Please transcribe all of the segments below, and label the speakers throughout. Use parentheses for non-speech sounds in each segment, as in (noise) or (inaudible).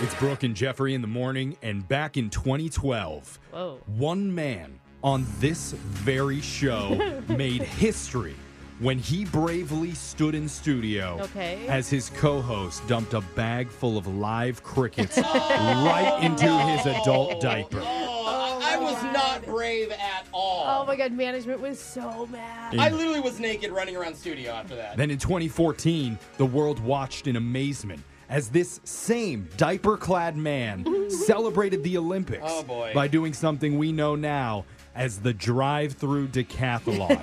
Speaker 1: It's Brooke and Jeffrey in the morning, and back in 2012,
Speaker 2: Whoa.
Speaker 1: one man on this very
Speaker 2: (laughs)
Speaker 1: show made history when he bravely stood in studio
Speaker 2: Okay.
Speaker 1: as his co host dumped a bag full of live
Speaker 2: (laughs)
Speaker 1: crickets right into his adult diaper.
Speaker 3: (laughs) Oh, I I was not brave at all.
Speaker 2: Oh my god, management was so mad.
Speaker 1: Yeah.
Speaker 3: I literally was naked running around studio after
Speaker 1: (laughs)
Speaker 3: that.
Speaker 1: Then in 2014, the world watched in amazement as this same diaper clad
Speaker 2: (laughs)
Speaker 1: man celebrated the Olympics
Speaker 3: Oh, boy.
Speaker 1: by doing something we know now as the drive through
Speaker 2: (laughs)
Speaker 1: decathlon.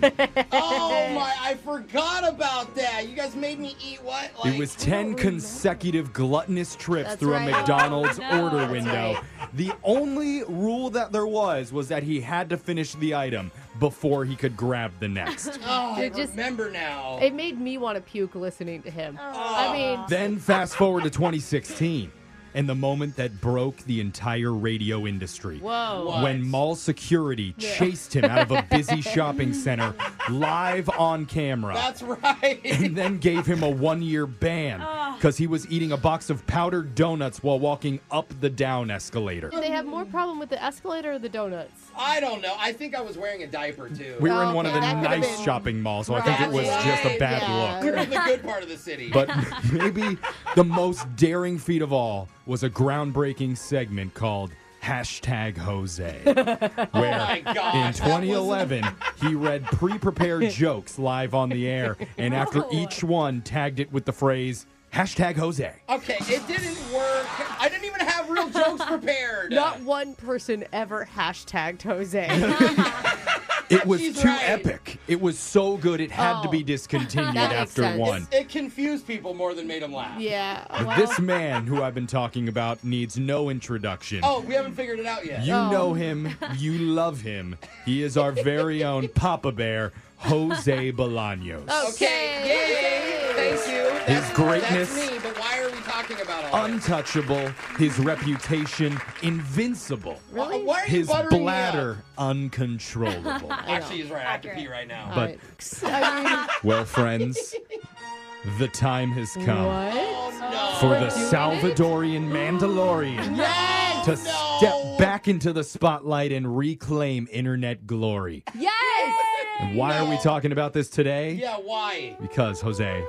Speaker 3: oh my, I forgot about that. You guys made me eat what? Like,
Speaker 1: it was 10 consecutive gluttonous trips
Speaker 2: oh, That's
Speaker 1: through
Speaker 2: right. (laughs)
Speaker 1: a McDonald's
Speaker 2: No,
Speaker 1: order
Speaker 2: that's
Speaker 1: window. The only rule that there was was that he had to finish the item before he could grab the
Speaker 2: (laughs)
Speaker 1: next.
Speaker 3: Oh, I
Speaker 2: Dude, just-
Speaker 3: remember now.
Speaker 2: It made me want to puke listening to him. I mean,
Speaker 1: Then fast forward to 2016 and the moment that broke the entire radio industry.
Speaker 2: Whoa.
Speaker 3: What?
Speaker 1: When mall security chased him out of a
Speaker 2: (laughs)
Speaker 1: busy shopping center live on camera.
Speaker 3: (laughs) That's right.
Speaker 1: (laughs) and then gave him a one year ban
Speaker 2: Ah.
Speaker 1: because he was eating a box of powdered donuts while walking up the down escalator.
Speaker 2: Did they have more problem with the escalator or the donuts?
Speaker 3: I don't know. I think I was wearing a diaper too.
Speaker 1: We were in one of the
Speaker 2: Okay, Oh, that could've
Speaker 1: nice
Speaker 2: been-
Speaker 1: shopping malls, so I think it
Speaker 3: Right,
Speaker 1: was just a
Speaker 3: right,
Speaker 1: bad
Speaker 2: yeah.
Speaker 1: look.
Speaker 3: We're in the good part of the city.
Speaker 1: But (laughs) maybe the most daring feat of all was a groundbreaking segment called hashtag Jose,
Speaker 3: my
Speaker 1: where
Speaker 2: (laughs)
Speaker 3: God,
Speaker 1: in
Speaker 3: that
Speaker 1: 2011 he read pre-prepared jokes live on the air, and
Speaker 2: (laughs)
Speaker 1: after each one tagged it with the phrase hashtag Jose.
Speaker 3: okay, it didn't work. I didn't even have
Speaker 2: (laughs)
Speaker 3: real jokes prepared.
Speaker 2: Not one person ever
Speaker 1: (laughs)
Speaker 2: hashtagged Jose.
Speaker 1: It was
Speaker 3: She's
Speaker 1: too
Speaker 3: right.
Speaker 1: epic. It was so good it had to
Speaker 2: Oh. (laughs)
Speaker 1: be discontinued
Speaker 2: That makes
Speaker 1: after
Speaker 2: sense.
Speaker 1: one.
Speaker 3: It confused people more than made them laugh.
Speaker 2: yeah. Well,
Speaker 1: This man who I've been talking about needs no introduction.
Speaker 3: Oh, we haven't figured it out yet.
Speaker 1: You
Speaker 2: Oh.
Speaker 1: know him. You love him. He is our very own
Speaker 2: (laughs)
Speaker 1: Papa Bear, Jose Bolaños.
Speaker 2: Oh.
Speaker 3: Okay. Yay. Thank you. That's-
Speaker 1: greatness-
Speaker 3: That's me, but why are we talking about all this?
Speaker 1: Untouchable, his reputation invincible,
Speaker 2: Really?
Speaker 3: Why are you
Speaker 1: his
Speaker 3: buttering me up?
Speaker 1: bladder
Speaker 3: (laughs)
Speaker 1: uncontrollable.
Speaker 3: Actually, he's right. I Uh, have to
Speaker 4: Accurate.
Speaker 3: pee right now.
Speaker 1: But, well, friends, the time has come
Speaker 2: what?
Speaker 3: oh no!
Speaker 1: for
Speaker 2: We're
Speaker 1: the
Speaker 2: doing it?
Speaker 1: Salvadorian
Speaker 3: (gasps)
Speaker 1: Mandalorian
Speaker 3: yes,
Speaker 1: to
Speaker 3: no.
Speaker 1: step back into the spotlight and reclaim internet glory.
Speaker 4: Yes!
Speaker 1: And why are we
Speaker 3: No.
Speaker 1: talking about this today?
Speaker 3: Yeah, why?
Speaker 1: Because, Jose,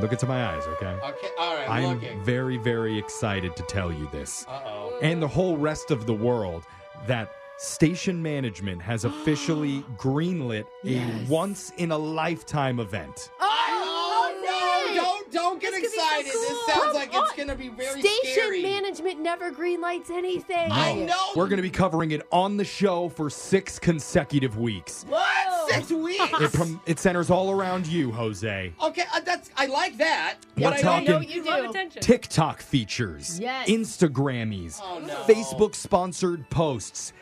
Speaker 1: look into my eyes, okay?
Speaker 3: Okay, all right, I'm
Speaker 1: I'm
Speaker 3: looking.
Speaker 1: very, very excited to tell you this.
Speaker 3: Uh oh.
Speaker 1: And the whole rest of the world that station management has
Speaker 3: (gasps)
Speaker 1: officially greenlit a
Speaker 2: Yes.
Speaker 1: once in a lifetime event.
Speaker 3: Oh no! Don't don't get
Speaker 4: This could be so
Speaker 3: excited. This
Speaker 4: cool.
Speaker 3: sounds
Speaker 4: Come
Speaker 3: like it's gonna be very
Speaker 4: Station
Speaker 3: scary.
Speaker 4: management never greenlights anything.
Speaker 3: I know.
Speaker 1: We're going to be covering it on the show for six consecutive weeks.
Speaker 3: what? Six weeks?
Speaker 1: It, prom- it centers all around you, Jose.
Speaker 3: okay, uh, that's I like that.
Speaker 1: We're
Speaker 3: but I
Speaker 1: talking-
Speaker 3: don't know.
Speaker 2: Don't you
Speaker 4: Love
Speaker 2: do?
Speaker 4: attention.
Speaker 1: TikTok features,
Speaker 2: Yes.
Speaker 1: Instagrammies,
Speaker 3: Oh no!
Speaker 1: Facebook sponsored posts,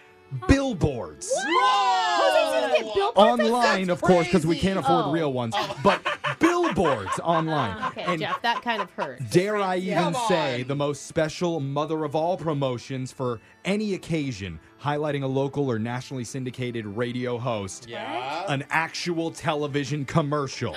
Speaker 1: billboards.
Speaker 3: Whoa!
Speaker 4: Doesn't it get
Speaker 1: Oh,
Speaker 4: billboards?
Speaker 1: online,
Speaker 3: That's
Speaker 1: of course, because we
Speaker 3: crazy. Ah,
Speaker 1: can't afford
Speaker 2: Oh.
Speaker 1: real ones, but
Speaker 3: (laughs)
Speaker 1: billboards online.
Speaker 2: Okay,
Speaker 1: and
Speaker 2: Jeff, that kind of hurt.
Speaker 1: dare I even
Speaker 3: Come on.
Speaker 1: say the most special mother of all promotions for any occasion, highlighting a local or nationally syndicated radio host,
Speaker 3: Yeah.
Speaker 1: an actual television commercial.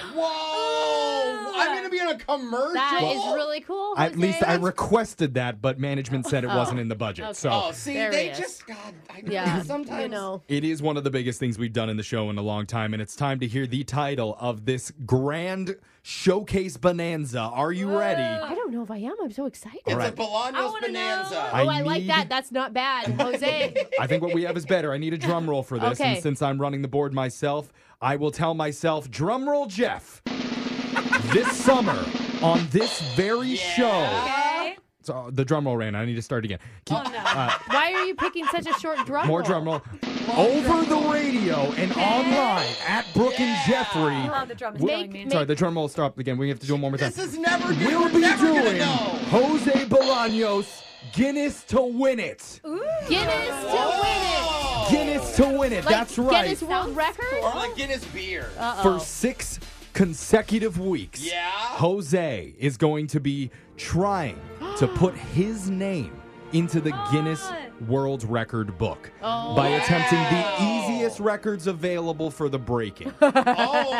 Speaker 3: Whoa! I'm gonna be in a commercial.
Speaker 2: That is really cool. Jose.
Speaker 1: At least I requested that, but management said it wasn't in the budget.
Speaker 2: Okay.
Speaker 1: So
Speaker 3: Oh, see,
Speaker 2: There
Speaker 3: they
Speaker 2: he is.
Speaker 3: just God. I,
Speaker 1: (laughs)
Speaker 3: (laughs)
Speaker 2: Yeah.
Speaker 3: Sometimes
Speaker 2: You know.
Speaker 1: It is one of the biggest things we've done in the show in a long time, and it's time to hear the title of this grand showcase bonanza. Are you ready?
Speaker 2: I don't know if I am. I'm so excited.
Speaker 3: It's
Speaker 1: Right.
Speaker 3: a Bolaños
Speaker 4: wanna know.
Speaker 3: bonanza.
Speaker 1: I
Speaker 2: oh, I like
Speaker 1: need-
Speaker 2: that. That's not
Speaker 1: (laughs)
Speaker 2: bad, Jose.
Speaker 1: I think what we have is better. I need a drum roll for this, and
Speaker 2: Okay.
Speaker 1: since I'm running the board myself, I will tell myself, drum roll, Jeff. this summer, on this very show,
Speaker 4: Okay.
Speaker 1: so, uh, the drum roll ran. I need to start again. Keep-
Speaker 4: Oh, no.
Speaker 1: uh,
Speaker 2: Why are you picking such a short drum?
Speaker 1: more
Speaker 2: roll?
Speaker 1: drum roll. Over the radio and online at Brooke and
Speaker 4: Oh,
Speaker 1: Jeffrey.
Speaker 4: the drums
Speaker 1: Wh-
Speaker 4: going, man.
Speaker 1: Sorry, the drum roll stopped again. We have to do it one more time.
Speaker 3: This is never good.
Speaker 1: We'll
Speaker 3: We're
Speaker 1: be
Speaker 3: never gonna
Speaker 1: doing
Speaker 3: know.
Speaker 1: Jose Bolaños Guinness to win it.
Speaker 2: Guinness to win it.
Speaker 3: Whoa.
Speaker 1: Guinness to win it.
Speaker 2: Like
Speaker 1: That's right.
Speaker 2: Guinness World
Speaker 3: Oh. Or
Speaker 2: Record.
Speaker 3: like Guinness beer.
Speaker 1: For six consecutive weeks,
Speaker 3: Yeah?
Speaker 1: Jose is going to be trying to put his name into the Guinness
Speaker 4: on.
Speaker 1: World Record book
Speaker 2: Oh.
Speaker 1: by attempting
Speaker 3: Wow.
Speaker 1: the easiest records available for the breaking.
Speaker 3: Oh,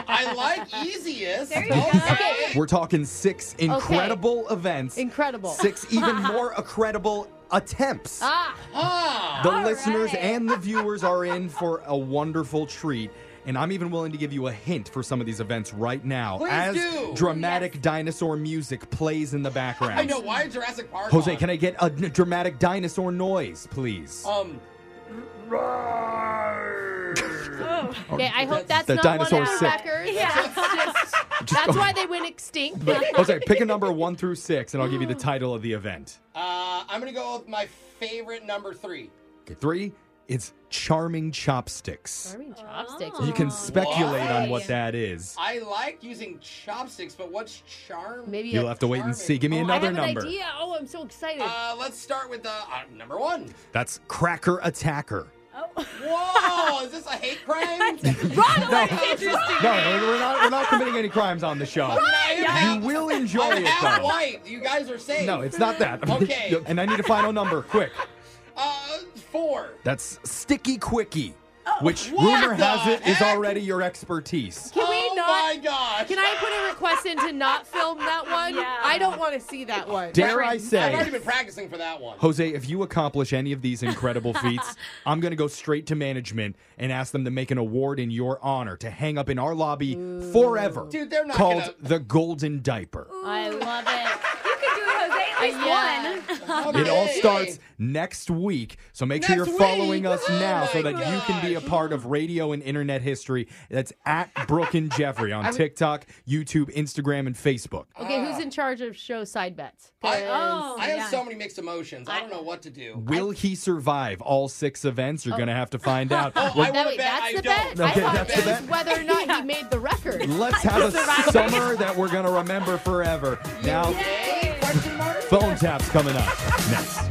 Speaker 3: I like easiest.
Speaker 4: There you
Speaker 3: Okay.
Speaker 4: go.
Speaker 1: We're talking six incredible events,
Speaker 2: Incredible.
Speaker 1: six even more incredible attempts.
Speaker 2: Ah,
Speaker 3: Ah.
Speaker 1: The
Speaker 4: All
Speaker 1: listeners
Speaker 4: right.
Speaker 1: and the viewers are in for a wonderful treat. And I'm even willing to give you a hint for some of these events right now
Speaker 3: Please
Speaker 1: as
Speaker 3: do.
Speaker 1: dramatic dinosaur music plays in the background.
Speaker 3: I know. Why Jurassic Park?
Speaker 1: Jose,
Speaker 3: on?
Speaker 1: can I get a n- dramatic dinosaur noise, please?
Speaker 3: Um.
Speaker 2: okay. I hope
Speaker 3: That's-
Speaker 2: that's,
Speaker 1: the
Speaker 2: not one
Speaker 1: dinosaur's
Speaker 2: of the
Speaker 1: sick.
Speaker 2: records.
Speaker 4: Yeah.
Speaker 1: (laughs)
Speaker 2: That's why they went extinct.
Speaker 1: But, Jose, pick a number one through six, and I'll give you the title of the event.
Speaker 3: Uh, I'm gonna go with my favorite number three.
Speaker 1: Okay, three, it's Charming Chopsticks.
Speaker 2: Charming chopsticks.
Speaker 1: You can speculate on what
Speaker 4: Why?
Speaker 1: that is.
Speaker 3: I like using chopsticks, but what's charm?
Speaker 2: Maybe
Speaker 1: You'll
Speaker 2: a-
Speaker 1: have to wait and
Speaker 3: Charming.
Speaker 1: see. Give me
Speaker 2: Oh,
Speaker 1: another
Speaker 2: I have
Speaker 1: number.
Speaker 2: An idea. Oh, I'm so excited.
Speaker 3: Uh, let's start with uh, uh, number one.
Speaker 1: That's Cracker Attacker.
Speaker 3: Whoa! is this a hate
Speaker 2: (laughs)
Speaker 3: crime?
Speaker 1: No, no, no, we're not. We're not committing any crimes on the show. You will enjoy
Speaker 3: I'm
Speaker 1: it
Speaker 3: half
Speaker 1: though.
Speaker 3: white. You guys are safe.
Speaker 1: No, it's not that. (laughs)
Speaker 3: Okay.
Speaker 1: and I need a final number, quick.
Speaker 3: uh, four.
Speaker 1: That's Sticky Quickie, which
Speaker 3: Oh, What
Speaker 1: rumor
Speaker 3: the
Speaker 1: has it is
Speaker 3: heck?
Speaker 1: already your expertise.
Speaker 2: Can we
Speaker 3: oh
Speaker 2: not-
Speaker 3: my gosh!
Speaker 2: Can I put a request in to not film that one?
Speaker 4: Yeah.
Speaker 2: I don't want to see that one.
Speaker 1: Dare I
Speaker 3: I've already
Speaker 1: say,
Speaker 3: been practicing for that one.
Speaker 1: Jose, if you accomplish any of these
Speaker 3: (laughs)
Speaker 1: incredible feats, I'm going to go straight to management and ask them to make an award in your honor to hang up in our lobby forever.
Speaker 3: Dude, they're not
Speaker 1: called
Speaker 3: gonna-
Speaker 1: the Golden Diaper.
Speaker 2: I love it.
Speaker 4: You could do it, Jose. At least
Speaker 2: Yeah.
Speaker 4: one.
Speaker 1: It all
Speaker 3: Okay.
Speaker 1: starts next week. So make sure
Speaker 3: Next
Speaker 1: you're following
Speaker 3: week?
Speaker 1: us
Speaker 3: Oh
Speaker 1: now so
Speaker 3: my
Speaker 1: that you can be a
Speaker 3: gosh.
Speaker 1: part of radio and internet history. That's at Brooke and Jeffrey
Speaker 3: (laughs)
Speaker 1: on TikTok, YouTube, Instagram, and Facebook.
Speaker 2: Okay, who's in charge of show side bets?
Speaker 3: I,
Speaker 4: Oh,
Speaker 3: I have
Speaker 4: yeah.
Speaker 3: so many mixed emotions. I don't know what to do.
Speaker 1: Will he survive all six events? You're going to have to
Speaker 3: (laughs)
Speaker 1: find out.
Speaker 3: Oh,
Speaker 1: Well,
Speaker 3: I
Speaker 2: That,
Speaker 3: wanna
Speaker 2: wait,
Speaker 3: bet
Speaker 2: that's
Speaker 3: I
Speaker 2: the
Speaker 3: don't.
Speaker 2: bet.
Speaker 1: Okay,
Speaker 2: I thought
Speaker 1: that's
Speaker 2: it
Speaker 1: the
Speaker 2: was
Speaker 1: bet.
Speaker 2: whether or not (laughs) he made the record.
Speaker 1: Let's have a summer that we're going to remember forever. Now,
Speaker 3: Hey, question mark?
Speaker 1: phone taps coming up next.